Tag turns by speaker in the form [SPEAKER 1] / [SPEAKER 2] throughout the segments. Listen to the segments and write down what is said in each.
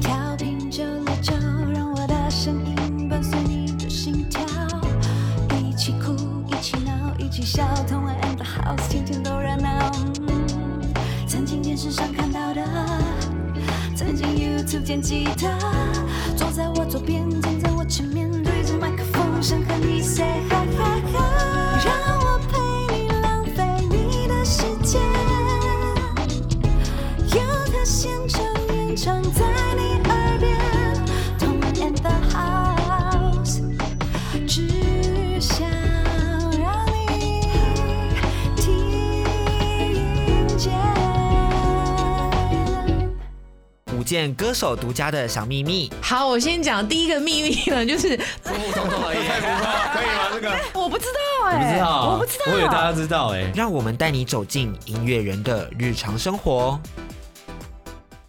[SPEAKER 1] 调频九六九，让我的声音伴随你的心跳，一起哭，一起闹，一起笑，同玩 in the house，天天都热闹。嗯曾经电视上看到的，曾经 YouTube 见吉他，坐在我左边，站在我前面，对着麦克风，想和你 say hi hi hi，让我陪你浪费你的时间。有他现场演唱在你耳边，同门 and the house，只想让你听见。
[SPEAKER 2] 五件歌手独家的小秘密，
[SPEAKER 3] 好，我先讲第一个秘密了，就是
[SPEAKER 4] 普普通通而已，可以吗？这个
[SPEAKER 3] 我不知道
[SPEAKER 4] 你
[SPEAKER 3] 哎、
[SPEAKER 4] 不知道啊？
[SPEAKER 3] 我不知道，
[SPEAKER 4] 我以为大家知道哎。
[SPEAKER 2] 让我们带你走进音乐人的日常生活。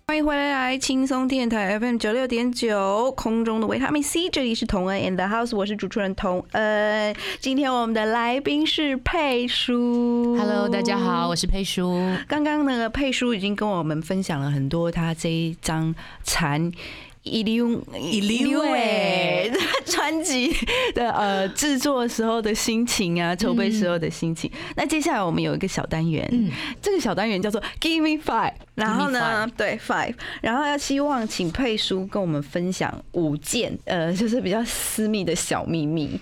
[SPEAKER 5] 欢迎回来，轻松电台 FM 九六点九，空中的维他命 C，这里是童恩 and the house，我是主持人童恩。今天我们的来宾是佩舒
[SPEAKER 3] Hello，大家好，。我是佩舒。
[SPEAKER 5] 刚刚那个佩舒已经跟我们分享了很多她这一张蝉。一溜一
[SPEAKER 3] 溜欸
[SPEAKER 5] 她专辑的呃制作时候的心情啊，筹备时候的心情。那接下来我们有一个小单元，
[SPEAKER 3] 嗯
[SPEAKER 5] 这个小单元叫做 Give me five，然后
[SPEAKER 3] Give
[SPEAKER 5] 呢，对 five，然后要希望请佩叔跟我们分享五件呃，就是比较私密的小秘密，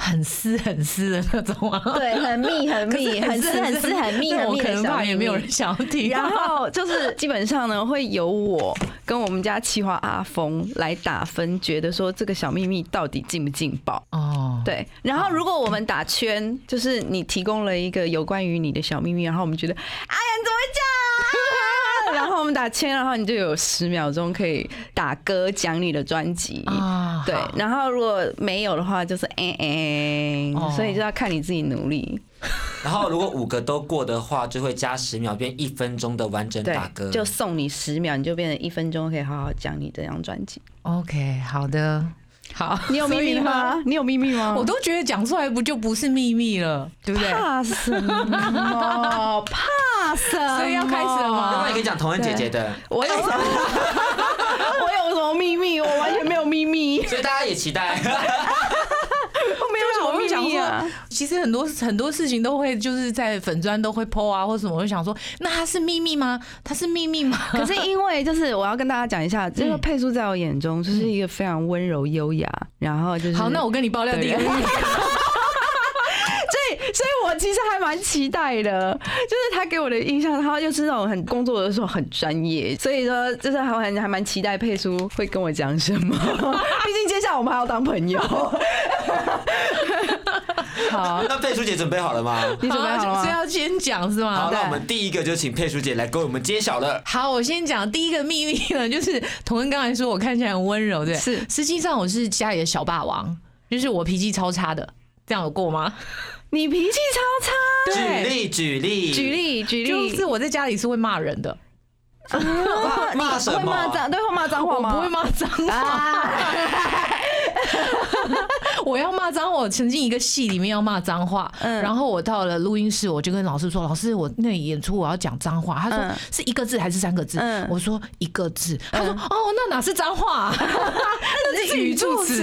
[SPEAKER 3] 很私很私的那种啊，
[SPEAKER 5] 对，很密很密，很私很私很密
[SPEAKER 3] 那
[SPEAKER 5] 很
[SPEAKER 3] 我
[SPEAKER 5] 密
[SPEAKER 3] 可
[SPEAKER 5] 的
[SPEAKER 3] 能
[SPEAKER 5] 小
[SPEAKER 3] 怕也
[SPEAKER 5] 秘
[SPEAKER 3] 没有
[SPEAKER 5] 密
[SPEAKER 3] 人。想要听。 啊
[SPEAKER 5] 然 后就是基本上呢，会由我跟我们家企划阿峰来打分，觉得说这个小秘密到底劲不劲爆。
[SPEAKER 3] 哦，
[SPEAKER 5] 对，然后如果我们打圈，就是你提供了一个有关于你的小秘密，然后我们觉得，哎呀，你怎么会这样？ 然后我们打圈，然后你就有十秒钟可以打歌讲你的专辑。
[SPEAKER 3] 啊，
[SPEAKER 5] 对
[SPEAKER 3] 好，
[SPEAKER 5] 然后如果没有的话，就是哎哎，
[SPEAKER 3] 哦
[SPEAKER 5] 所以就要看你自己努力。
[SPEAKER 2] 然后如果五个都过的话，就会加十秒，变一分钟的完整
[SPEAKER 5] 对
[SPEAKER 2] 打歌。，
[SPEAKER 5] 就送你十秒，你就变成一分钟，可以好好讲你这张专 辑。
[SPEAKER 3] OK，好的，好，
[SPEAKER 5] 你有秘密吗？你有秘密吗？
[SPEAKER 3] 我都觉得讲出来不就不是秘密了，对不对？
[SPEAKER 5] 怕什么？怕什么？
[SPEAKER 3] 所以要开始了吗
[SPEAKER 2] 另外一个讲童恩姐姐的，
[SPEAKER 5] 我有什么？ 我有什么秘密？我完全没有秘密，
[SPEAKER 2] 所以大家也期待。
[SPEAKER 5] 我没有什么秘密啊。
[SPEAKER 3] 其实很多很多事情都会就是在粉砖都会 PO 啊，或什么，我就想说，那它是秘密吗？它是秘密吗？
[SPEAKER 5] 可是因为就是我要跟大家讲一下，这个佩叔在我眼中就是一个非常温柔优雅，然后就是
[SPEAKER 3] 好，那我跟你爆料第一个秘密，
[SPEAKER 5] 所以所以我其实还蛮期待的，就是他给我的印象，他就是那种很工作的时候很专业，所以说就是还蛮还蛮期待佩叔会跟我讲什么，毕竟接下来我们还要当朋友。好，
[SPEAKER 2] 那佩舒姐准备好了吗？
[SPEAKER 5] 你准备好了 吗
[SPEAKER 3] 所以？要啊先讲是吗
[SPEAKER 2] 好，？
[SPEAKER 5] 对
[SPEAKER 2] 那我们第一个就请佩舒姐来给我们揭晓了。
[SPEAKER 3] 好，我先讲第一个秘密呢，就是童恩刚才说我看起来很温柔，对不对，
[SPEAKER 5] 是
[SPEAKER 3] 实际上我是家里的小霸王，就是我脾气超差的，这样有过吗？
[SPEAKER 5] 你脾气超差。
[SPEAKER 2] 举例，举例，
[SPEAKER 5] 举。例举
[SPEAKER 3] 就
[SPEAKER 5] 例，
[SPEAKER 3] 是我在家里是会骂人的，
[SPEAKER 5] 啊你
[SPEAKER 2] 骂什么
[SPEAKER 5] 会骂脏，对，会骂脏话
[SPEAKER 3] 我
[SPEAKER 5] 吗？
[SPEAKER 3] 不会骂脏话，
[SPEAKER 5] 啊，
[SPEAKER 3] 我要骂脏话。我曾经一个戏里面要骂脏话，
[SPEAKER 5] 嗯
[SPEAKER 3] 然后我到了录音室，我就跟老师说：“老师，我那里演出我要讲脏话。”他说
[SPEAKER 5] 嗯：“
[SPEAKER 3] 是一个字还是三个字？”
[SPEAKER 5] 嗯
[SPEAKER 3] 我说：“一个字。”他说：“哦，那哪是脏话、 啊？那
[SPEAKER 5] 是语助词。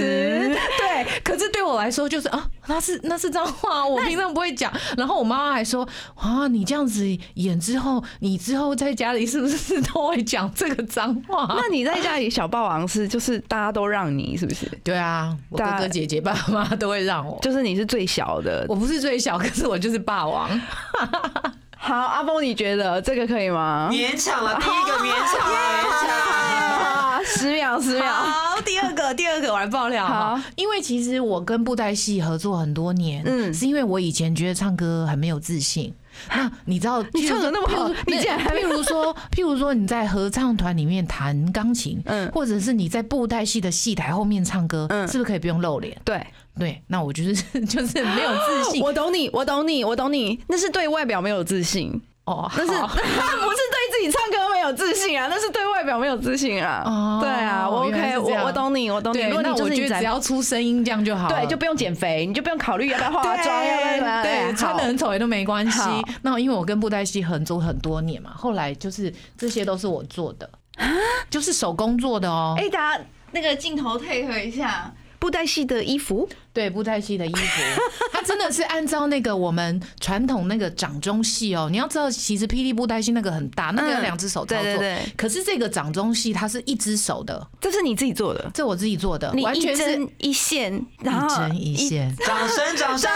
[SPEAKER 3] 对， 可是对我来说就是啊，那是那是脏话，我平常不会讲。然后我妈妈还说：“啊，你这样子演之后，你之后在家里是不是都会讲这个脏话？”
[SPEAKER 5] 那你在家里小霸王是就是大家都让你是不是？
[SPEAKER 3] 对啊，我哥
[SPEAKER 5] 大
[SPEAKER 3] 哥姐姐、爸妈都会让我。
[SPEAKER 5] 就是你是最小的
[SPEAKER 3] 我。不是最小，可是我就是霸王。
[SPEAKER 5] 好，阿峰，你觉得这个可以吗？
[SPEAKER 2] 勉强了，第一个勉强了，勉强。
[SPEAKER 5] 啊， 十秒，十秒。
[SPEAKER 3] 好，第二个，第二个我来爆料
[SPEAKER 5] 好
[SPEAKER 3] 哈，因为其实我跟布袋戏合作很多年，
[SPEAKER 5] 嗯
[SPEAKER 3] 是因为我以前觉得唱歌很没有自信。那你知道，
[SPEAKER 5] 你唱得那么
[SPEAKER 3] 譬
[SPEAKER 5] 好
[SPEAKER 3] 如
[SPEAKER 5] 你竟然还没
[SPEAKER 3] 譬如说，譬如说你在合唱团里面弹钢琴，
[SPEAKER 5] 嗯
[SPEAKER 3] 或者是你在布袋戏的戏台后面唱歌，
[SPEAKER 5] 嗯
[SPEAKER 3] 是不是可以不用露脸？
[SPEAKER 5] 对，
[SPEAKER 3] 对，那我就是 就是没有自信。
[SPEAKER 5] 我懂你，我懂你，我懂你，那是对外表没有自信，
[SPEAKER 3] 哦，
[SPEAKER 5] 那是
[SPEAKER 3] 好
[SPEAKER 5] 不是对自己唱歌没有有自信啊，那是对外表没有自信啊。
[SPEAKER 3] 哦
[SPEAKER 5] 对啊，我
[SPEAKER 3] 原来
[SPEAKER 5] OK，
[SPEAKER 3] 是这样
[SPEAKER 5] 我我懂你，我懂你。
[SPEAKER 3] 对
[SPEAKER 5] 如，果你
[SPEAKER 3] 那
[SPEAKER 5] 就
[SPEAKER 3] 我
[SPEAKER 5] 是
[SPEAKER 3] 觉
[SPEAKER 5] 你
[SPEAKER 3] 得
[SPEAKER 5] 宅
[SPEAKER 3] 只要出声音这样就好了。
[SPEAKER 5] 对，就不用减肥，你就不用考虑啊要不要化
[SPEAKER 3] 对
[SPEAKER 5] 妆，要不要干嘛哎
[SPEAKER 3] 对，穿的
[SPEAKER 5] 好
[SPEAKER 3] 很丑也都没关系
[SPEAKER 5] 好。
[SPEAKER 3] 那因为我跟布袋戏合作很多年嘛，后来就是这些都是我做的，就是手工做的哦。
[SPEAKER 5] 啊哎、大家
[SPEAKER 6] 那个镜头配合一下，
[SPEAKER 5] 布袋戏的衣服，
[SPEAKER 3] 对，布袋戏的衣服， 它真的是按照那个我们传统那个掌中戏哦。你要知道，其实霹雳布袋戏那个很大，那个要
[SPEAKER 5] 嗯
[SPEAKER 3] 两只手操
[SPEAKER 5] 对
[SPEAKER 3] 作。
[SPEAKER 5] 对对，
[SPEAKER 3] 可是这个掌中戏它是一只手的，
[SPEAKER 5] 这是你自己做的，
[SPEAKER 3] 这我自己做的，
[SPEAKER 5] 你
[SPEAKER 3] 完
[SPEAKER 5] 一
[SPEAKER 3] 全是
[SPEAKER 5] 针一线，然
[SPEAKER 3] 一
[SPEAKER 5] 后
[SPEAKER 3] 针一线。
[SPEAKER 2] 掌声，掌声！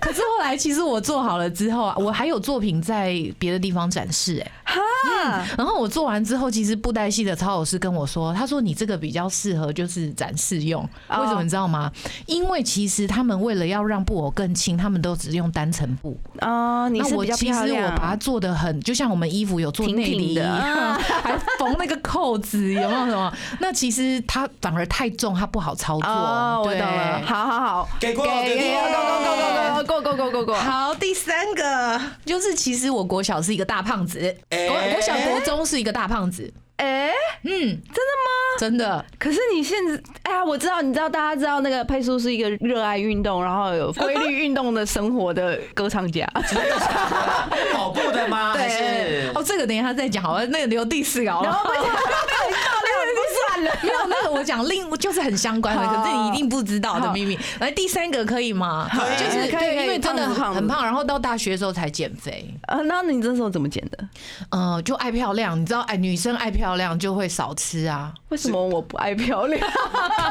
[SPEAKER 3] 可是后来，其实我做好了之后啊，我还有作品在别的地方展示、哎，
[SPEAKER 5] 哈，
[SPEAKER 3] 然后我做完之后，其实布袋戏的操偶师跟我说，他说你这个比较适合就是展示用，
[SPEAKER 5] 哦
[SPEAKER 3] 为什么你知道吗？因为其实他们为了要让布偶更轻，他们都只用单层布。
[SPEAKER 5] 哦，你
[SPEAKER 3] 那
[SPEAKER 5] 是
[SPEAKER 3] 我
[SPEAKER 5] 比较
[SPEAKER 3] 其
[SPEAKER 5] 漂
[SPEAKER 3] 实我
[SPEAKER 5] 亮，
[SPEAKER 3] 把它做的很，就像我们衣服有做
[SPEAKER 5] 挺
[SPEAKER 3] 内
[SPEAKER 5] 挺
[SPEAKER 3] 里一
[SPEAKER 5] 的啊
[SPEAKER 3] 样，还缝那个扣子，有没有什么？那其实它反而太重，它不好操作。
[SPEAKER 5] 哦，我
[SPEAKER 3] 对
[SPEAKER 5] 懂了，好好好，
[SPEAKER 2] 给过，
[SPEAKER 5] 给
[SPEAKER 2] 给
[SPEAKER 5] 给
[SPEAKER 2] 过，
[SPEAKER 5] go go go go go go go go go，
[SPEAKER 3] 好，第三个就是，其实我国小是一个大胖子，
[SPEAKER 2] 哎
[SPEAKER 3] 国国小国中是一个大胖子，
[SPEAKER 5] 哎，
[SPEAKER 3] 嗯，真的吗？
[SPEAKER 5] 可是你现在，哎呀，我知道，你知道，大家知道那个佩苏是一个热爱运动，然后有规律运动的生活的歌唱 家。
[SPEAKER 2] 跑步的吗？还
[SPEAKER 3] 真
[SPEAKER 2] 是
[SPEAKER 3] 的，哦，这个等一下再讲好了，那个留第四个哦好
[SPEAKER 5] 然
[SPEAKER 3] 了。
[SPEAKER 5] 后被他被你爆料，不算了。
[SPEAKER 3] 没有那个，我讲另就是很相关的，
[SPEAKER 5] 好
[SPEAKER 3] 可是你一定不知道的秘密。来，第三个可以吗？
[SPEAKER 2] 以
[SPEAKER 3] 就是
[SPEAKER 5] 可以可以
[SPEAKER 3] 对，因为真的
[SPEAKER 5] 胖子胖子
[SPEAKER 3] 很胖，然后到大学的时候才减肥。
[SPEAKER 5] 啊，那你这时候怎么减的？
[SPEAKER 3] 呃，就爱漂亮，你知道，哎，女生爱漂亮就会少吃啊。
[SPEAKER 5] 为什么我不爱漂亮？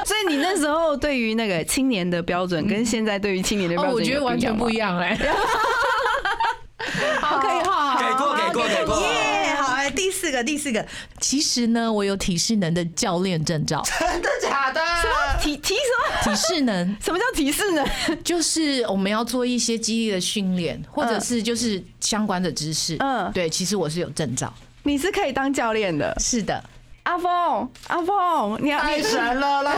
[SPEAKER 5] 所以你那时候对于那个青年的标准，跟现在对于青年的标
[SPEAKER 3] 哦，
[SPEAKER 5] 准，
[SPEAKER 3] 我觉得完全不一。样 哎、好，可以哈。好
[SPEAKER 2] 给过，给过，给过。
[SPEAKER 3] 耶，好哎，第四个，第四个，其实呢，我有体适能的教练证 照。
[SPEAKER 2] 真的假的？
[SPEAKER 5] 提提什
[SPEAKER 3] 体
[SPEAKER 5] 么？
[SPEAKER 3] 适能
[SPEAKER 5] 什么叫提示呢？
[SPEAKER 3] 就是我们要做一些激励的训练，或者
[SPEAKER 5] 嗯
[SPEAKER 3] 是就是相关的知识。
[SPEAKER 5] 嗯
[SPEAKER 3] 对，其实我是有证照。
[SPEAKER 5] 你是可以当教练的，
[SPEAKER 3] 是的，
[SPEAKER 5] 阿峰，阿峰，你要
[SPEAKER 2] 太神了啦！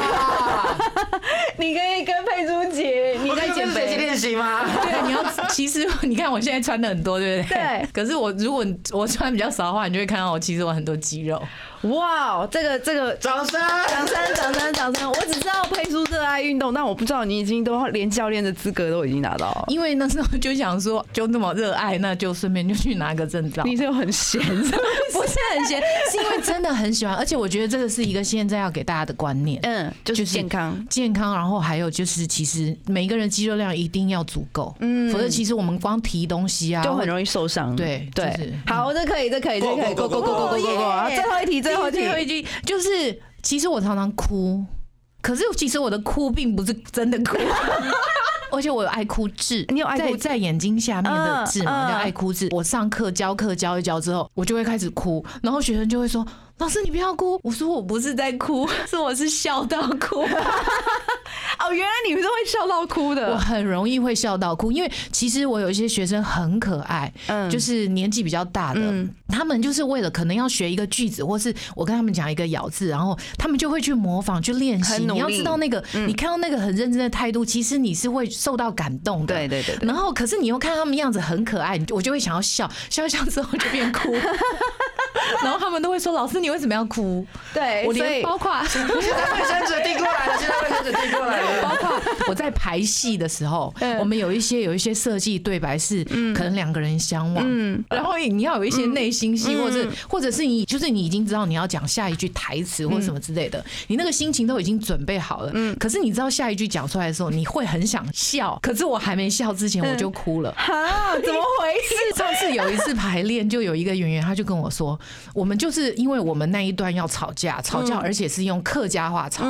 [SPEAKER 5] 你可以跟佩珠姐，你
[SPEAKER 2] 我可以
[SPEAKER 5] 在减
[SPEAKER 2] 跟谁去
[SPEAKER 5] 肥。
[SPEAKER 2] 练习吗？
[SPEAKER 3] 对，你要 其实你看我现在穿的很多，对不对？
[SPEAKER 5] 对
[SPEAKER 3] 可是我如果我穿比较少的话，你就会看到我其实我很多肌肉。
[SPEAKER 5] 哇哦，这个这个
[SPEAKER 2] 掌声！
[SPEAKER 5] 掌声，掌声，掌声！我只知道佩叔热爱运动，但我不知道你已经都连教练的资格都已经拿到了。
[SPEAKER 3] 因为那时候就想说，就那么热爱，那就顺便就去拿个证照。
[SPEAKER 5] 你是有很闲，
[SPEAKER 3] 不是很闲，是因为真的很喜欢，而且我觉得这个是一个现在要给大家的观念。
[SPEAKER 5] 嗯，就是健康。
[SPEAKER 3] 健康，然后还有就是，其实每一个人肌肉量一定要足够，
[SPEAKER 5] 嗯
[SPEAKER 3] 嗯，否则其实我们光提东西啊，
[SPEAKER 5] 就很
[SPEAKER 3] 易。
[SPEAKER 5] 容易受伤。
[SPEAKER 3] 对就是
[SPEAKER 5] 对，好，这可以，这可以，这
[SPEAKER 2] Go,
[SPEAKER 5] 可以
[SPEAKER 2] go, go,
[SPEAKER 5] ，go go
[SPEAKER 2] go,
[SPEAKER 5] go go go go！
[SPEAKER 3] go,
[SPEAKER 5] 好
[SPEAKER 3] yeah
[SPEAKER 5] 最后一题，最
[SPEAKER 3] 最
[SPEAKER 5] 后
[SPEAKER 3] 后
[SPEAKER 5] 一题
[SPEAKER 3] 最后，一句就是，其实我常常哭，可是其实我的哭并不是真的 哭。而且我有爱哭痣，
[SPEAKER 5] 你有爱哭
[SPEAKER 3] 在
[SPEAKER 5] 痣
[SPEAKER 3] 在眼睛下面的痣
[SPEAKER 5] 嗯
[SPEAKER 3] 嘛，
[SPEAKER 5] 嗯
[SPEAKER 3] 叫爱哭痣。我上课教课教一教之后，我就会开始哭，然后学生就会说：“老师你不要哭。”我说：“我不是在哭，是我是笑到哭。”
[SPEAKER 5] 哦，原来你们都会笑到哭
[SPEAKER 3] 我
[SPEAKER 5] 的。
[SPEAKER 3] 很容易会笑到哭，因为其实我有一些学生很可爱，
[SPEAKER 5] 嗯
[SPEAKER 3] 就是年纪比较大的，
[SPEAKER 5] 嗯
[SPEAKER 3] 他们就是为了可能要学一个句子，或是我跟他们讲一个咬字，然后他们就会去模仿去练习。
[SPEAKER 5] 很努
[SPEAKER 3] 你
[SPEAKER 5] 力嗯
[SPEAKER 3] 要知道那个，你看到那个很认真的态度，其实你是会受到感动的。
[SPEAKER 5] 对对对对
[SPEAKER 3] 然后，可是你又看他们样子很可爱，你我就会想要笑，笑一笑之后就变哭。 然后他们都会说：“老师，你为什么要哭？”
[SPEAKER 5] 对，
[SPEAKER 3] 我
[SPEAKER 5] 哎所
[SPEAKER 3] 连
[SPEAKER 5] 以
[SPEAKER 3] 包括
[SPEAKER 2] 现在卫生纸递过来了，现在卫生纸递过来了。
[SPEAKER 3] 包括我在排戏的时候，我们有一些有一些设计对白是可能两个人相望，然后你要有一些内心戏，或者或者是你就是你已经知道你要讲下一句台词或什么之类的，你那个心情都已经准备好了，可是你知道下一句讲出来的时候，你会很想笑，可是我还没笑之前我就哭了。
[SPEAKER 5] 哈，怎么回 事？
[SPEAKER 3] 上次有一次排练，就有一个演员，他就跟我说，我们就是因为我们那一段要吵架，吵架，而且是用客家话吵。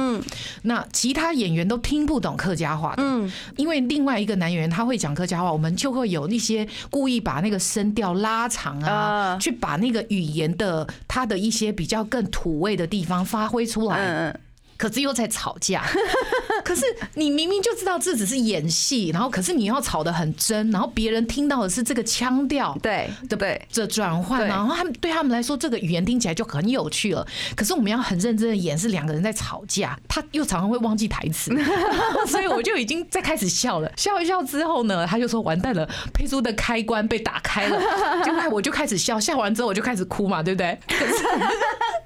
[SPEAKER 3] 那其他演员都听不懂客家话的，因为另外一个男演员他会讲客家话，我们就会有一些故意把那个声调拉长啊，
[SPEAKER 5] 啊
[SPEAKER 3] 去把那个语言的他的一些比较更土味的地方发挥出来。
[SPEAKER 5] 嗯，
[SPEAKER 3] 可是又在吵架。 可是你明明就知道这只是演戏，然后可是你要吵得很真，然后别人听到的是这个腔调，
[SPEAKER 5] 对
[SPEAKER 3] 的
[SPEAKER 5] 对
[SPEAKER 3] 的转换，
[SPEAKER 5] 对
[SPEAKER 3] 然后他们对他们来说，这个语言听起来就很有趣了。可是我们要很认真的演，是两个人在吵架，他又常常会忘记台词， 所以我就已经在开始笑了。笑一笑之后呢，他就说完蛋了，佩珠的开关被打开了，就哎我就开始笑，笑完之后我就开始哭嘛，对不对？可是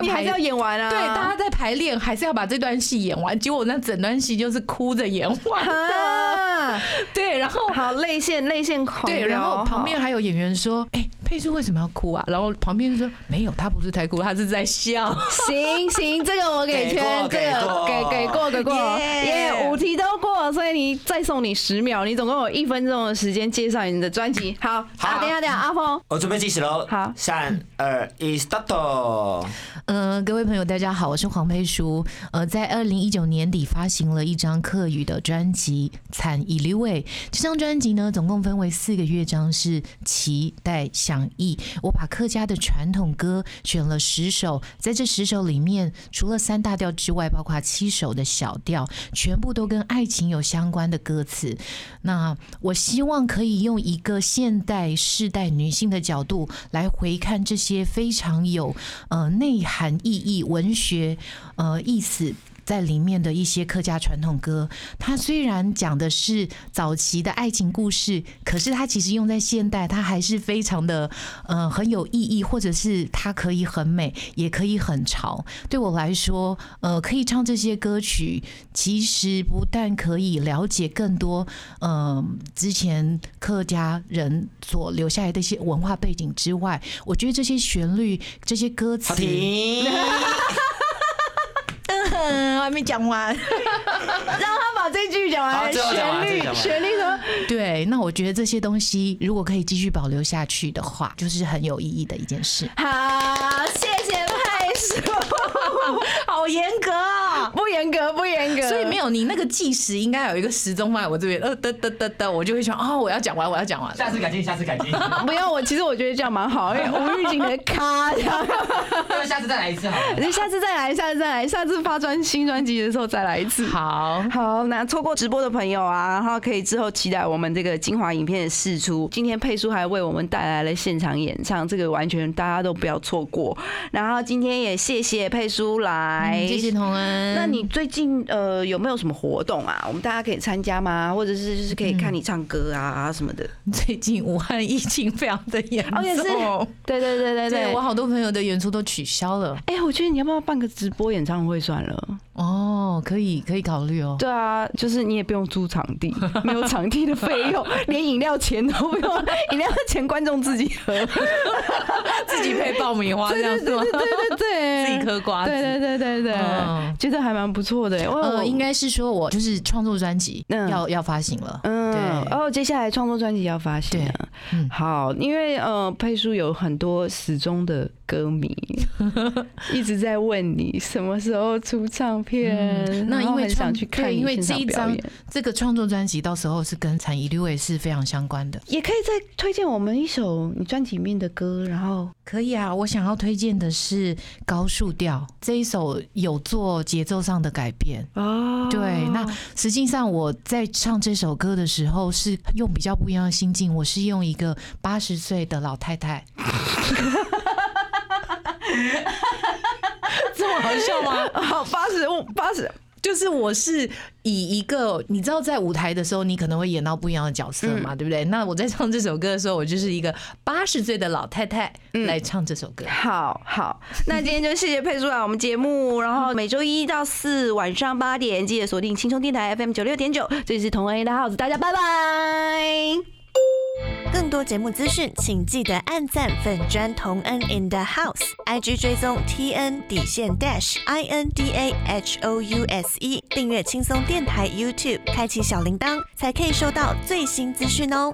[SPEAKER 5] 你还是要演完啊，
[SPEAKER 3] 对，大家在排练还是要把这段戏演完，结果那整段戏就是哭着演完 的，
[SPEAKER 5] 啊，
[SPEAKER 3] 对，然后
[SPEAKER 5] 好泪腺泪腺狂飙，
[SPEAKER 3] 对，然后旁边还有演员说：“哎、佩珠为什么要哭啊？”然后旁边说：“没有，她不是在哭，她是在笑。
[SPEAKER 5] 行行，这个我给
[SPEAKER 2] 给
[SPEAKER 5] 圈
[SPEAKER 2] 过，
[SPEAKER 5] 这个
[SPEAKER 2] 给
[SPEAKER 5] 给
[SPEAKER 2] 过
[SPEAKER 5] 给过给过，
[SPEAKER 6] 耶
[SPEAKER 5] 耶，五题都过，所以你再送你十秒，你总共有一分钟的时间介绍你的专辑。好，啊，等一下等一下，阿峰，
[SPEAKER 2] 我哦准备计时喽，
[SPEAKER 5] 好
[SPEAKER 2] 三二一，start！
[SPEAKER 3] 嗯、各位朋友，大家好，我是黄佩淑。呃，在二零一九年底发行了一张客语的专辑《惨以流味》。这张专辑呢，总共分为四个乐章，是期待、想意。我把客家的传统歌选了十首，在这十首里面，除了三大调之外，包括七首的小调，全部都跟爱情有相关的歌词。那我希望可以用一个现代世代女性的角度来回看这些非常有呃内涵意义、文学呃意思。在里面的一些客家传统歌，它虽然讲的是早期的爱情故事，可是它其实用在现代，它还是非常的呃很有意义，或者是它可以很美，也可以很潮。对我来说，呃，可以唱这些歌曲，其实不但可以了解更多嗯，之前客家人所留下来的一些文化背景之外，我觉得这些旋律、这些歌词
[SPEAKER 2] 好，停，
[SPEAKER 3] 嗯，还没讲完。
[SPEAKER 5] 让他把这句讲
[SPEAKER 2] 好
[SPEAKER 5] 完，
[SPEAKER 2] 最后讲完最后
[SPEAKER 5] 旋律
[SPEAKER 2] 讲完
[SPEAKER 5] 旋律什么？
[SPEAKER 3] 对，那我觉得这些东西如果可以继续保留下去的话，就是很有意义的一件事。
[SPEAKER 5] 好，谢谢派叔，
[SPEAKER 3] 好严格啊！
[SPEAKER 5] 不严格不严格，
[SPEAKER 3] 所以没有你那个计时应该有一个时钟放在我这边，呃，得得得得，我就会想，哦，我要讲完，我要讲完。
[SPEAKER 2] 下次改进，下次改进，
[SPEAKER 5] 不用我，其实我觉得这样蛮好，因为无预警的咔这样。
[SPEAKER 2] 那下次再来一次好了。
[SPEAKER 5] 你下次再来，下次再来，下次发专新专辑的时候再来一次。
[SPEAKER 3] 好，
[SPEAKER 5] 好，那错过直播的朋友啊，然后可以之后期待我们这个精华影片的释出。今天佩叔还为我们带来了现场演唱，这个完全大家都不要错过。然后今天也谢谢佩叔来，
[SPEAKER 3] 嗯谢谢。同恩。
[SPEAKER 5] 那你最近呃有没有什么活动啊？我们大家可以参加吗？或者是就是可以看你唱歌啊什么的？
[SPEAKER 3] 最近武汉疫情非常的严重，
[SPEAKER 5] 哦也是对对对对
[SPEAKER 3] 对我好多朋友的演出都取消了。
[SPEAKER 5] 哎、我觉得你要不要办个直播演唱会算了？
[SPEAKER 3] 哦，可以可以考虑 哦。
[SPEAKER 5] 对啊，就是你也不用租场地， 没有场地的 费用，连饮料钱都不用，饮料钱观众自己 喝。
[SPEAKER 3] 自己配爆米 花这样子吗？
[SPEAKER 5] 对对对，
[SPEAKER 3] 自己嗑瓜子。
[SPEAKER 5] 对对对对对，
[SPEAKER 3] 嗯
[SPEAKER 5] 觉得还蛮不错的。哦我
[SPEAKER 3] 呃，应该是说我就是创作专辑
[SPEAKER 5] 嗯
[SPEAKER 3] 要要发行了。
[SPEAKER 5] 嗯，
[SPEAKER 3] 对
[SPEAKER 5] 然后接下来创作专辑要发行了。
[SPEAKER 3] 对嗯
[SPEAKER 5] 好，因为呃，佩叔有很多死忠的 歌迷，一直在问你什么时候出唱片。
[SPEAKER 3] 嗯那
[SPEAKER 5] 然后
[SPEAKER 3] 因为
[SPEAKER 5] 很想
[SPEAKER 3] 创
[SPEAKER 5] 去看
[SPEAKER 3] 对
[SPEAKER 5] 你
[SPEAKER 3] 因为
[SPEAKER 5] 现场
[SPEAKER 3] 这一
[SPEAKER 5] 表
[SPEAKER 3] 张
[SPEAKER 5] 演
[SPEAKER 3] 这个创作专辑到时候是跟产一六位是非常相关的。
[SPEAKER 5] 也可以再推荐我们一首你专辑里面的歌，然后
[SPEAKER 3] 可以啊，我想要推荐的是高速调这一首，有做节奏上的改变。
[SPEAKER 5] 哦
[SPEAKER 3] 对，那实际上我在唱这首歌的时候，是用比较不一样的心境，我是用一个八十岁的老太太。这么好笑吗？
[SPEAKER 5] 好八十五八十，
[SPEAKER 3] 就是我是以一个你知道在舞台的时候，你可能会演到不一样的角色嘛，对不对？那我在唱这首歌的时候，我就是一个八十岁的老太太来唱这首歌。
[SPEAKER 5] 好好，那今天就谢谢佩叔来啊我们节目，然后每周一到四晚上八点记得锁定轻松电台 FM 九六点九，这里是同恩 A 的 house，大家拜拜。
[SPEAKER 7] 更多节目资讯，请记得按赞粉砖同恩 in the house，IG 追踪 T N 底线 dash I N D A H O U S E，订阅轻松电台 YouTube，开启小铃铛，才可以收到最新资讯哦。